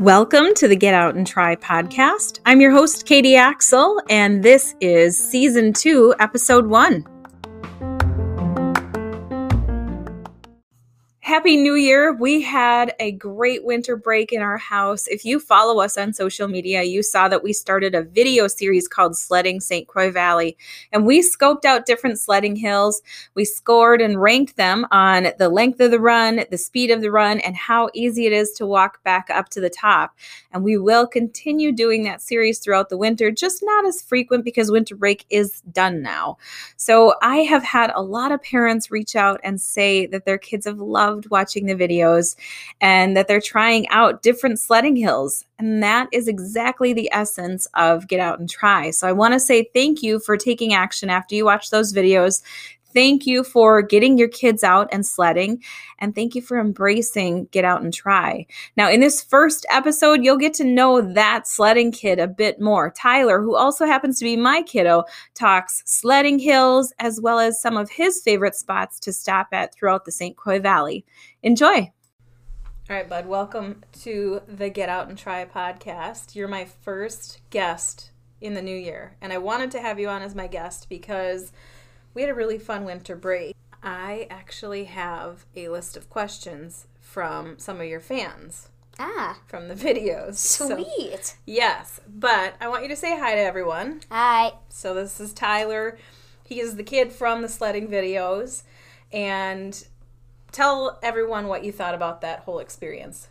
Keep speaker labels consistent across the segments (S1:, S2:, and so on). S1: Welcome to the Get Out and Try podcast. I'm your host, Katie Axel, and this is season two, episode one. Happy New Year. We had a great winter break in our house. If you follow us on social media, you saw that we started a video series called Sledding St. Croix Valley. And we scoped out different sledding hills. We scored and ranked them on the length of the run, the speed of the run, and how easy it is to walk back up to the top. And we will continue doing that series throughout the winter, just not as frequent because winter break is done now. So I have had a lot of parents reach out and say that their kids have loved watching the videos and that they're trying out different sledding hills. And that is exactly the essence of Get Out and Try. So I want to say thank you for taking action after you watch those videos. Thank you for getting your kids out and sledding. And thank you for embracing Get Out and Try. Now, in this first episode, you'll get to know that sledding kid a bit more. Tyler, who also happens to be my kiddo, talks sledding hills as well as some of his favorite spots to stop at throughout the St. Croix Valley. Enjoy. All right, bud, welcome to the Get Out and Try podcast. You're my first guest in the new year. And I wanted to have you on as my guest because we had a really fun winter break. I actually have a list of questions from some of your fans
S2: Ah,
S1: from the videos. So-
S2: sweet.
S1: yes, but I want you to say hi to everyone.
S2: Hi.
S1: So this is Tyler. He is the kid from the sledding videos. And tell everyone what you thought about that whole experience.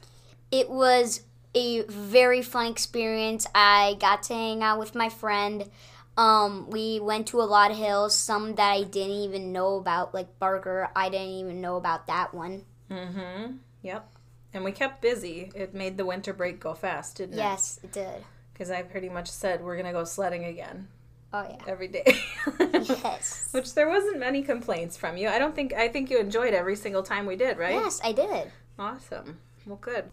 S2: It was a very fun experience. I got to hang out with my friend. Um, we went to a lot of hills, some that I didn't even know about, like Barker. I didn't even know about that one.
S1: Mm-hmm. Yep. And we kept busy. It made the winter break go fast, didn't it?
S2: Yes, it did.
S1: Because I pretty much said we're gonna go sledding again
S2: Oh yeah.
S1: every day.
S2: Yes.
S1: Which there wasn't many complaints from you. I don't think I think you enjoyed every single time we did, right?
S2: Yes, I did.
S1: Awesome. Well, good.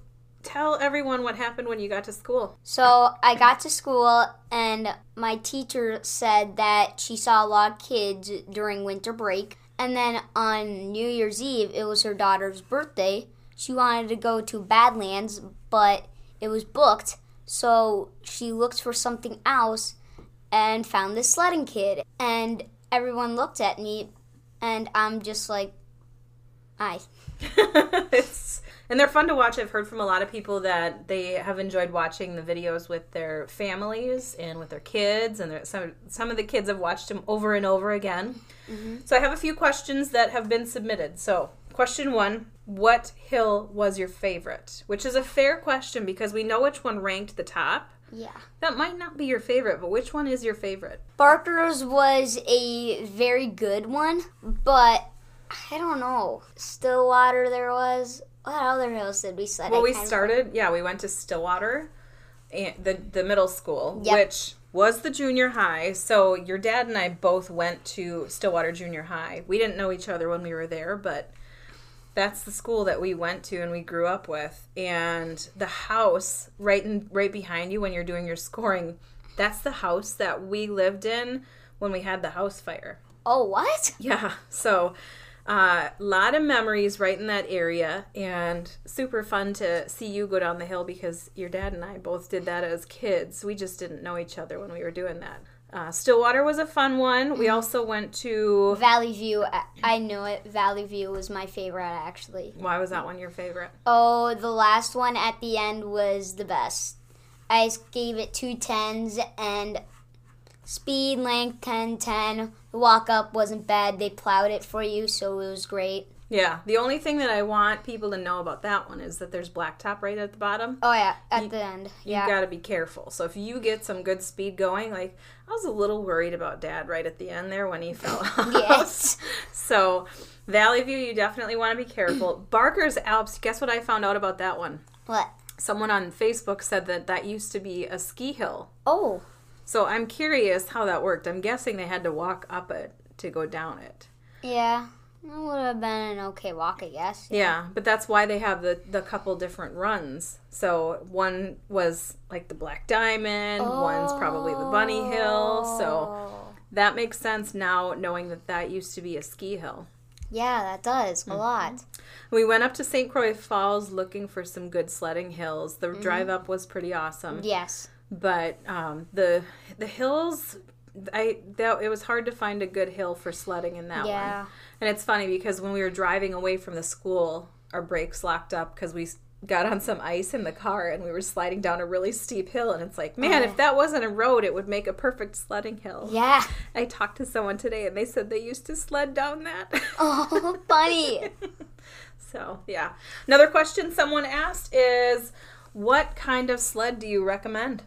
S1: Tell everyone what happened when you got to school.
S2: So I got to school, and my teacher said that she saw a lot of kids during winter break. And then on New Year's Eve, it was her daughter's birthday. She wanted to go to Badlands, but it was booked. So she looked for something else and found this sledding kid. And everyone looked at me, and I'm just like, I.
S1: it's, and they're fun to watch. I've heard from a lot of people that they have enjoyed watching the videos with their families and with their kids, and their, some some of the kids have watched them over and over again. So I have a few questions that have been submitted. So question one: What hill was your favorite? Which is a fair question because we know which one ranked the top.
S2: Yeah.
S1: That might not be your favorite, but which one is your favorite?
S2: Barker's was a very good one, but I don't know. Stillwater there was. What other hills did we sled?
S1: Well,
S2: I
S1: we
S2: kind of-
S1: started. Yeah, we went to Stillwater, and the the middle school,
S2: Yep.
S1: which was the junior high. So your dad and I both went to Stillwater Junior High. We didn't know each other when we were there, but that's the school that we went to and we grew up with. And the house right in right behind you when you're doing your scoring, that's the house that we lived in when we had the house fire.
S2: Oh, what?
S1: Yeah. So a lot of memories right in that area and super fun to see you go down the hill because your dad and I both did that as kids. We just didn't know each other when we were doing that. Uh, Stillwater was a fun one. We also went to.
S2: Valley View. I, I knew it. Valley View was my favorite actually.
S1: Why was that one your favorite?
S2: Oh, the last one at the end was the best. I s- gave it two tens and speed length 10 10. The walk up wasn't bad. They plowed it for you, so it was great.
S1: Yeah. The only thing that I want people to know about that one is that there's blacktop right at the bottom.
S2: Oh yeah, at the end. Yeah.
S1: you got to be careful. So if you get some good speed going, like I was a little worried about Dad right at the end there when he fell off.
S2: Yes.
S1: so Valley View, you definitely want to be careful. Barker's Alps. Guess what I found out about that one?
S2: what?
S1: Someone on Facebook said that that used to be a ski hill.
S2: Oh.
S1: So I'm curious how that worked. I'm guessing they had to walk up it to go down it.
S2: Yeah, it would have been an okay walk, I guess.
S1: Yeah, but that's why they have the the couple different runs. So one was like the Black Diamond, one's probably the Bunny Hill. So
S2: Oh.
S1: That makes sense now, knowing that that used to be a ski hill.
S2: Yeah, that does a lot.
S1: We went up to St. Croix Falls looking for some good sledding hills. The
S2: Mm-hmm.
S1: drive up was pretty awesome.
S2: Yes.
S1: but um, the the hills I that it was hard to find a good hill for sledding in that
S2: Yeah.
S1: one. And it's funny because when we were driving away from the school, our brakes locked up because we s- got on some ice in the car and we were sliding down a really steep hill. And it's like, man,
S2: Oh.
S1: if that wasn't a road, it would make a perfect sledding hill.
S2: Yeah.
S1: I talked to someone today and they said they used to sled down that.
S2: Oh, funny.
S1: So, yeah. Another question someone asked is, what kind of sled do you recommend?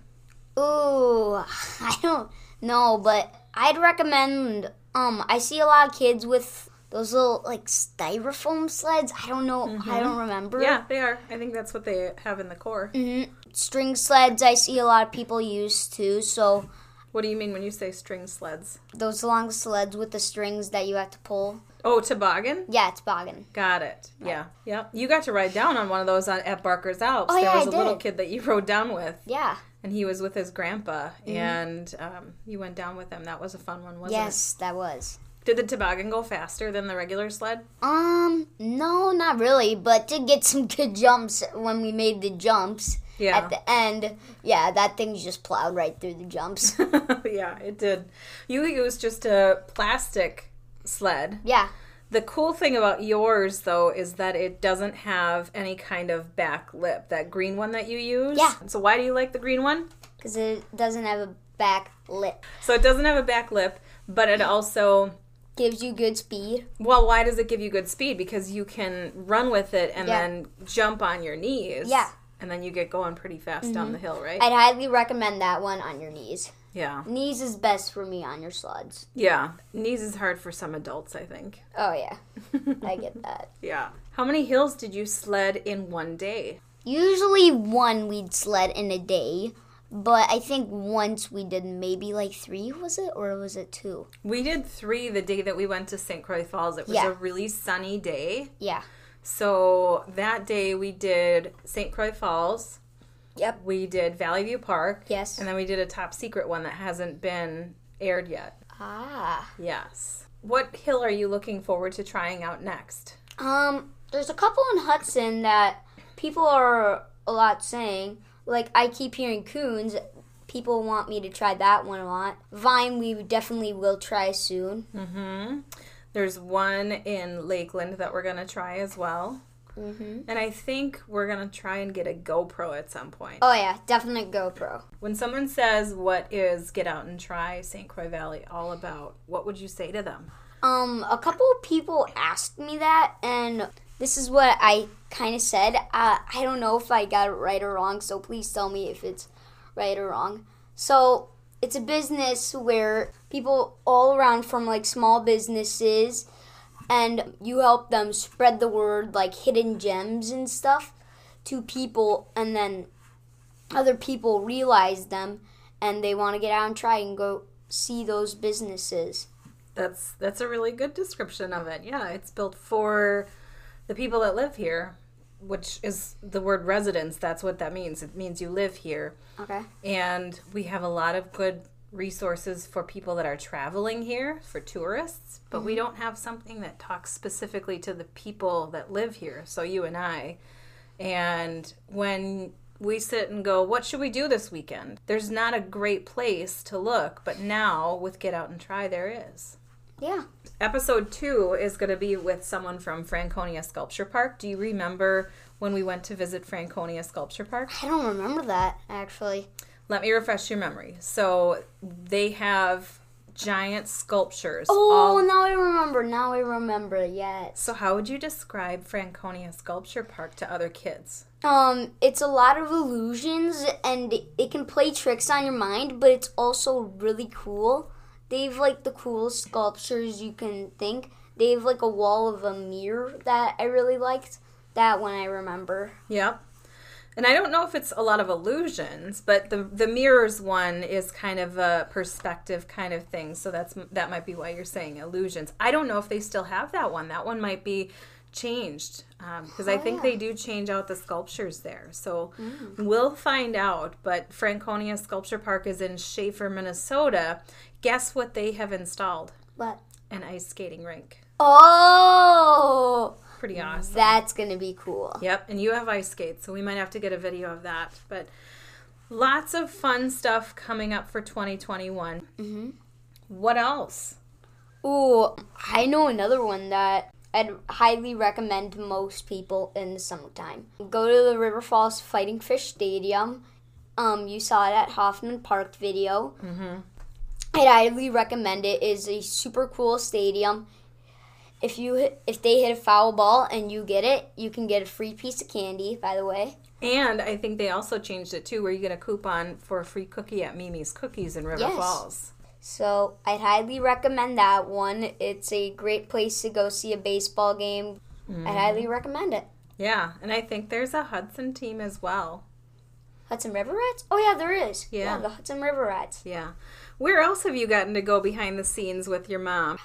S2: Ooh, I don't know, but I'd recommend. Um, I see a lot of kids with those little like styrofoam sleds. I don't know. I don't remember.
S1: Mm-hmm. Yeah, they are. I think that's what they have in the core.
S2: Mm-hmm. String sleds. I see a lot of people use too. So
S1: What do you mean when you say string sleds?
S2: those long sleds with the strings that you have to pull.
S1: Oh, toboggan?
S2: Yeah, toboggan.
S1: Got it. Yeah. Yep. You got to ride down on one of those on, at Barker's Alps.
S2: Oh,
S1: there
S2: yeah,
S1: was a
S2: I
S1: little
S2: did.
S1: kid that you rode down with,
S2: Yeah.
S1: and he was with his grandpa,
S2: Mm-hmm.
S1: and um, you went down with him. That was a fun one, wasn't
S2: Yes, that was.
S1: it? Did the toboggan go faster than the regular sled?
S2: Um, no, not really, but did get some good jumps when we made the jumps.
S1: Yeah.
S2: At the end, yeah, that thing just plowed right through the jumps.
S1: yeah, it did. You used just a plastic sled.
S2: yeah.
S1: The cool thing about yours, though, is that it doesn't have any kind of back lip. That green one that you use.
S2: Yeah.
S1: So why do you like the green one?
S2: because it doesn't have a back lip.
S1: So it doesn't have a back lip, but it also
S2: Gives you good speed.
S1: well, why does it give you good speed? Because you can run with it and
S2: Yeah.
S1: then jump on your knees.
S2: Yeah. Mm-hmm.
S1: And then you get going pretty fast down the hill, right?
S2: I'd highly recommend that one on your knees.
S1: yeah.
S2: Knees is best for me on your sleds.
S1: Yeah. Knees is hard for some adults, I think.
S2: Oh yeah, I get that.
S1: Yeah. How many hills did you sled in one day?
S2: Usually one we'd sled in a day, but I think once we did maybe like three was it or was it two?
S1: We did three the day that we went to St. Croix Falls. It was
S2: Yeah.
S1: a really sunny day.
S2: Yeah.
S1: So that day we did St. Croix Falls.
S2: Yep.
S1: We did Valley View Park.
S2: Yes.
S1: And then we did a top secret one that hasn't been aired yet.
S2: Ah.
S1: Yes. What hill are you looking forward to trying out next?
S2: Um, there's a couple in Hudson that people are a lot saying. Like I keep hearing Coons. People want me to try that one a lot. Vine, we definitely will try soon.
S1: There's one in Lakeland that we're going to try as well. Mm-hmm. And I think we're going to try and get a GoPro at some point.
S2: Oh yeah, definite GoPro.
S1: When someone says, What is Get Out and Try St. Croix Valley all about? What would you say to them?
S2: Um, a couple of people asked me that, and this is what I kind of said. Uh, I don't know if I got it right or wrong, so please tell me if it's right or wrong. So it's a business where people all around from like small businesses, and you help them spread the word, like hidden gems and stuff, to people, and then other people realize them, and they want to get out and try and go see those businesses.
S1: That's that's a really good description of it. Yeah, it's built for the people that live here, which is the word residence. That's what that means. It means you live here.
S2: Okay.
S1: and we have a lot of good resources for people that are traveling here for tourists but we don't have something that talks specifically to the people that live here so you and i and when we sit and go what should we do this weekend there's not a great place to look but now with get out and try there is
S2: Yeah.
S1: episode two is going to be with someone from franconia sculpture park do you remember when we went to visit franconia sculpture park
S2: I don't remember that actually.
S1: Let me refresh your memory. So they have giant sculptures.
S2: Oh,
S1: all-
S2: now I remember. Now I remember. Yes.
S1: So how would you describe Franconia Sculpture Park to other kids?
S2: Um, it's a lot of illusions, and it can play tricks on your mind, but it's also really cool. They've like the coolest sculptures you can think. They've like a wall of a mirror that I really liked. That one I remember.
S1: Yep. And I don't know if it's a lot of illusions, but the the mirrors one is kind of a perspective kind of thing. So that's that might be why you're saying illusions. I don't know if they still have that one. That one might be changed because I think they do change out the sculptures there. So we'll find out. But Franconia Sculpture Park is in Schaefer, Minnesota. Guess what they have installed?
S2: But
S1: An ice skating rink.
S2: Oh,
S1: Pretty awesome.
S2: that's gonna be cool.
S1: Yep, and you have ice skates, so we might have to get a video of that. But lots of fun stuff coming up for 2021.
S2: hmm
S1: What else?
S2: Ooh, I know another one that I'd highly recommend to most people in the summertime. Go to the River Falls Fighting Fish Stadium. Um, you saw it at Hoffman Park video. Mm-hmm. I'd highly recommend it. It's a super cool stadium. If you hit, if they hit a foul ball and you get it, you can get a free piece of candy. By the way,
S1: And I think they also changed it too, where you get a coupon for a free cookie at Mimi's Cookies in River
S2: Yes.
S1: Falls.
S2: So I'd highly recommend that one. It's a great place to go see a baseball game. I highly recommend it.
S1: Yeah, and I think there's a Hudson team as well.
S2: Hudson River Rats? Oh yeah, there is.
S1: Yeah.
S2: the Hudson River Rats
S1: Yeah. Where else have you gotten to go behind the scenes with your mom?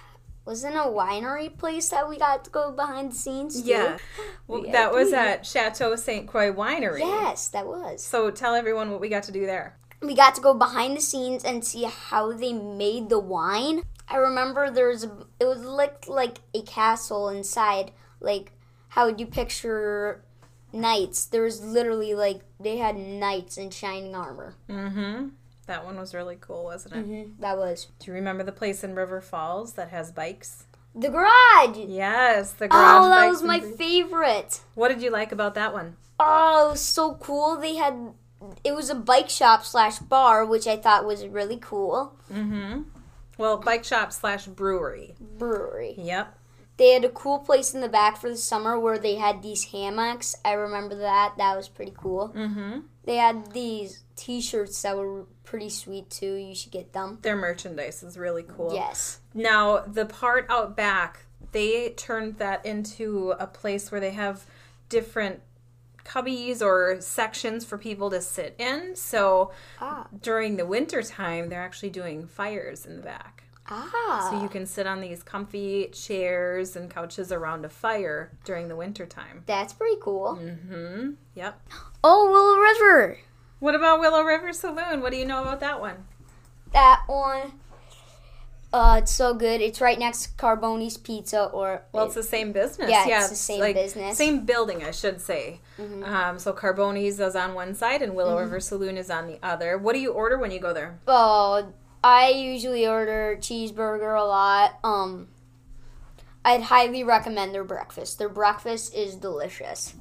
S2: was in a winery place that we got to go behind the scenes. to.
S1: Well,
S2: Yeah,
S1: that was
S2: we-
S1: at Chateau St. Croix Winery.
S2: Yes, that was.
S1: So tell everyone what we got to do there.
S2: We got to go behind the scenes and see how they made the wine. I remember there was a, it was like like a castle inside, like how would you picture knights? There was literally like they had knights in shining armor.
S1: Mm-hmm. That one was really cool, wasn't it?
S2: Mm-hmm. That was
S1: Do you remember the place in River Falls that has bikes?
S2: the garage.
S1: Yes, the garage
S2: Oh, that
S1: bikes
S2: was
S1: and
S2: my
S1: things.
S2: favorite.
S1: What did you like about that one?
S2: Oh, it was so cool. They had it was a bike shop slash bar, which I thought was really cool.
S1: Mm-hmm. Well, bike shop slash brewery.
S2: Brewery.
S1: Yep.
S2: They had a cool place in the back for the summer where they had these hammocks. I remember that. That was pretty cool.
S1: Mm-hmm.
S2: They had these t-shirts that were pretty sweet too. You should get them.
S1: Their merchandise is really cool.
S2: Yes.
S1: Now, the part out back, they turned that into a place where they have different cubbies or sections for people to sit in. So
S2: Ah.
S1: during the winter time, they're actually doing fires in the back.
S2: Ah.
S1: So you can sit on these comfy chairs and couches around a fire during the winter time.
S2: That's pretty cool. Mm-hmm.
S1: Mhm. Yep.
S2: Oh, Willow River.
S1: What about Willow River Saloon? What do you know about that one?
S2: That one. Uh, it's so good. It's right next to Carboni's Pizza or
S1: Well, it's the same business.
S2: Yeah, it's the same business. Mm-hmm.
S1: Same building, I should say. Um, so Carboni's is on one side and Willow River Saloon is on the other. What do you order when you go there?
S2: Oh, I usually order cheeseburger a lot. Um, I'd highly recommend their breakfast. Their breakfast is delicious.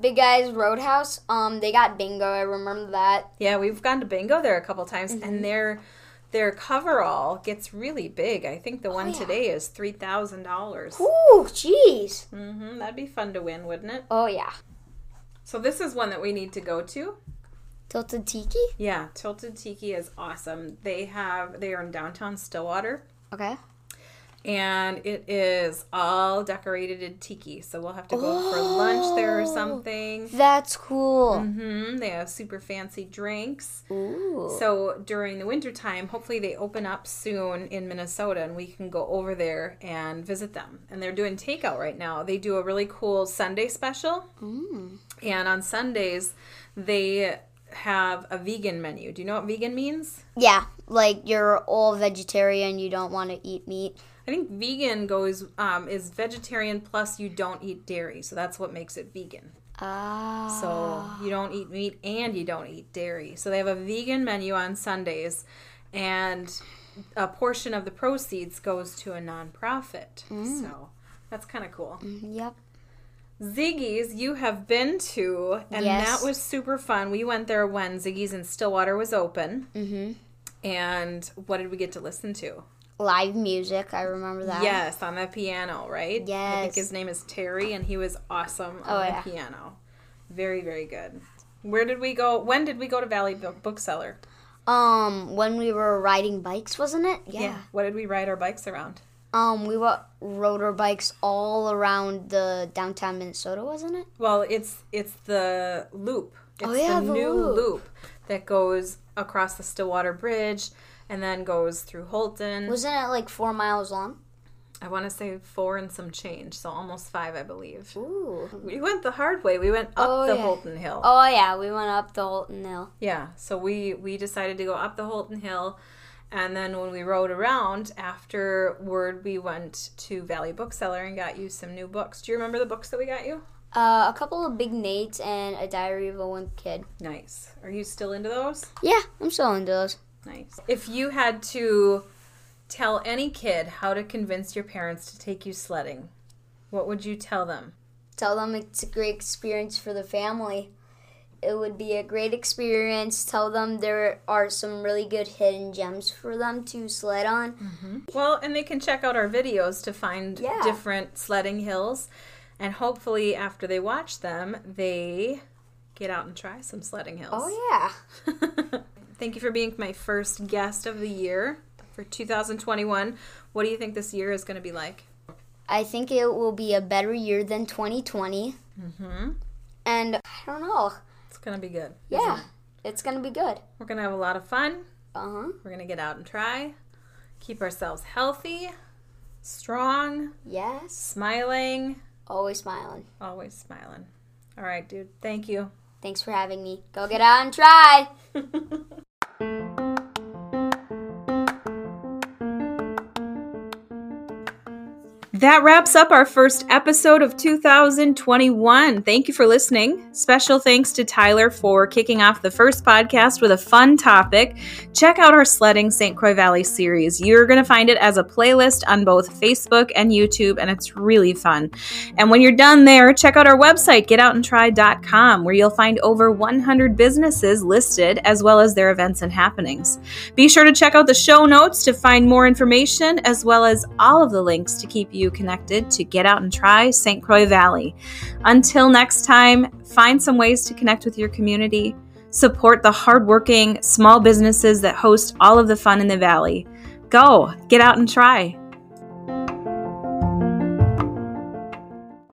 S2: Big Guys Roadhouse. Um, they got bingo. I remember that.
S1: Yeah, we've gone to Bingo there a couple times,
S2: Mm-hmm.
S1: and their their coverall gets really big. I think the one
S2: Oh, yeah.
S1: today is three thousand dollars.
S2: Ooh, jeez.
S1: Mm-hmm. That'd be fun to win, wouldn't it?
S2: Oh yeah.
S1: So this is one that we need to go to.
S2: Tilted Tiki.
S1: Yeah, Tilted Tiki is awesome. They have they are in downtown Stillwater.
S2: Okay.
S1: and it is all decorated in tiki. So we'll have to go for lunch there or something.
S2: That's cool.
S1: hmm They have super fancy drinks.
S2: Ooh.
S1: So during the wintertime, hopefully they open up soon in Minnesota and we can go over there and visit them. And they're doing takeout right now. They do a really cool Sunday special. And on Sundays, they have a vegan menu. Do you know what vegan means?
S2: Yeah, like you're all vegetarian. You don't want to eat meat.
S1: I think vegan goes um, is vegetarian plus you don't eat dairy, so that's what makes it vegan.
S2: Ah.
S1: So you don't eat meat and you don't eat dairy. So they have a vegan menu on Sundays, and a portion of the proceeds goes to a nonprofit.
S2: Mm.
S1: So that's kind of cool.
S2: Yep.
S1: Ziggy's, you have been to, and
S2: Yes.
S1: that was super fun. We went there when Ziggy's in Stillwater was open.
S2: Mhm.
S1: And what did we get to listen to?
S2: Live music. I remember that.
S1: Yes, on the piano, right? I think
S2: Yes.
S1: his name is Terry, and he was awesome on
S2: Oh,
S1: the
S2: yeah.
S1: piano. Very, very good. Where did we go? When did we go to Valley Bo- Bookseller?
S2: Um, when we were riding bikes, wasn't it? Yeah.
S1: What did we ride our bikes around?
S2: Um, we were, rode our bikes all around the downtown Minnesota, wasn't it?
S1: Well, it's it's the loop. It's
S2: Oh, yeah,
S1: the,
S2: the
S1: new
S2: loop.
S1: loop. that goes across the Stillwater Bridge and then goes through Holton.
S2: Wasn't it like four miles long?
S1: I want to say four and some change, so almost five, I believe.
S2: Ooh.
S1: We went the hard way. We went up
S2: Oh,
S1: the
S2: yeah.
S1: Holton Hill.
S2: Oh yeah, we went up the Holton Hill.
S1: Yeah, so we we decided to go up the Holton Hill And then when we rode around afterward, we went to Valley Bookseller and got you some new books. Do you remember the books that we got you?
S2: Uh, a couple of Big Nates and a Diary of a Wimp Kid.
S1: Nice. Are you still into those?
S2: Yeah, I'm still into those.
S1: Nice. If you had to tell any kid how to convince your parents to take you sledding, what would you tell them?
S2: Tell them it's a great experience for the family. It would be a great experience. Tell them there are some really good hidden gems for them to sled on.
S1: Well, and they can check out our videos to find
S2: Yeah.
S1: different sledding hills. And hopefully, after they watch them, they get out and try some sledding hills.
S2: Oh, yeah.
S1: Thank you for being my first guest of the year for 2021. What do you think this year is going to be like?
S2: I think it will be a better year than 2020.
S1: Mm-hmm.
S2: And I don't know.
S1: It's going to be good.
S2: Yeah, it's going to be good.
S1: We're going to have a lot of fun.
S2: Uh huh.
S1: We're going to get out and try, keep ourselves healthy, strong,
S2: Yes.
S1: smiling,
S2: Always smiling.
S1: always smiling. All right, dude. Thank you.
S2: Thanks for having me. Go get out and try.
S1: That wraps up our first episode of 2021. Thank you for listening. Special thanks to Tyler for kicking off the first podcast with a fun topic. Check out our Sledding St. Croix Valley series. You're going to find it as a playlist on both Facebook and YouTube, and it's really fun. And when you're done there, check out our website, getoutandtry.com, where you'll find over 100 businesses listed as well as their events and happenings. Be sure to check out the show notes to find more information, as well as all of the links to keep you connected to Get Out and Try St. Croix Valley. Until next time, find some ways to connect with your community, support the hardworking small businesses that host all of the fun in the valley. Go, get out and try.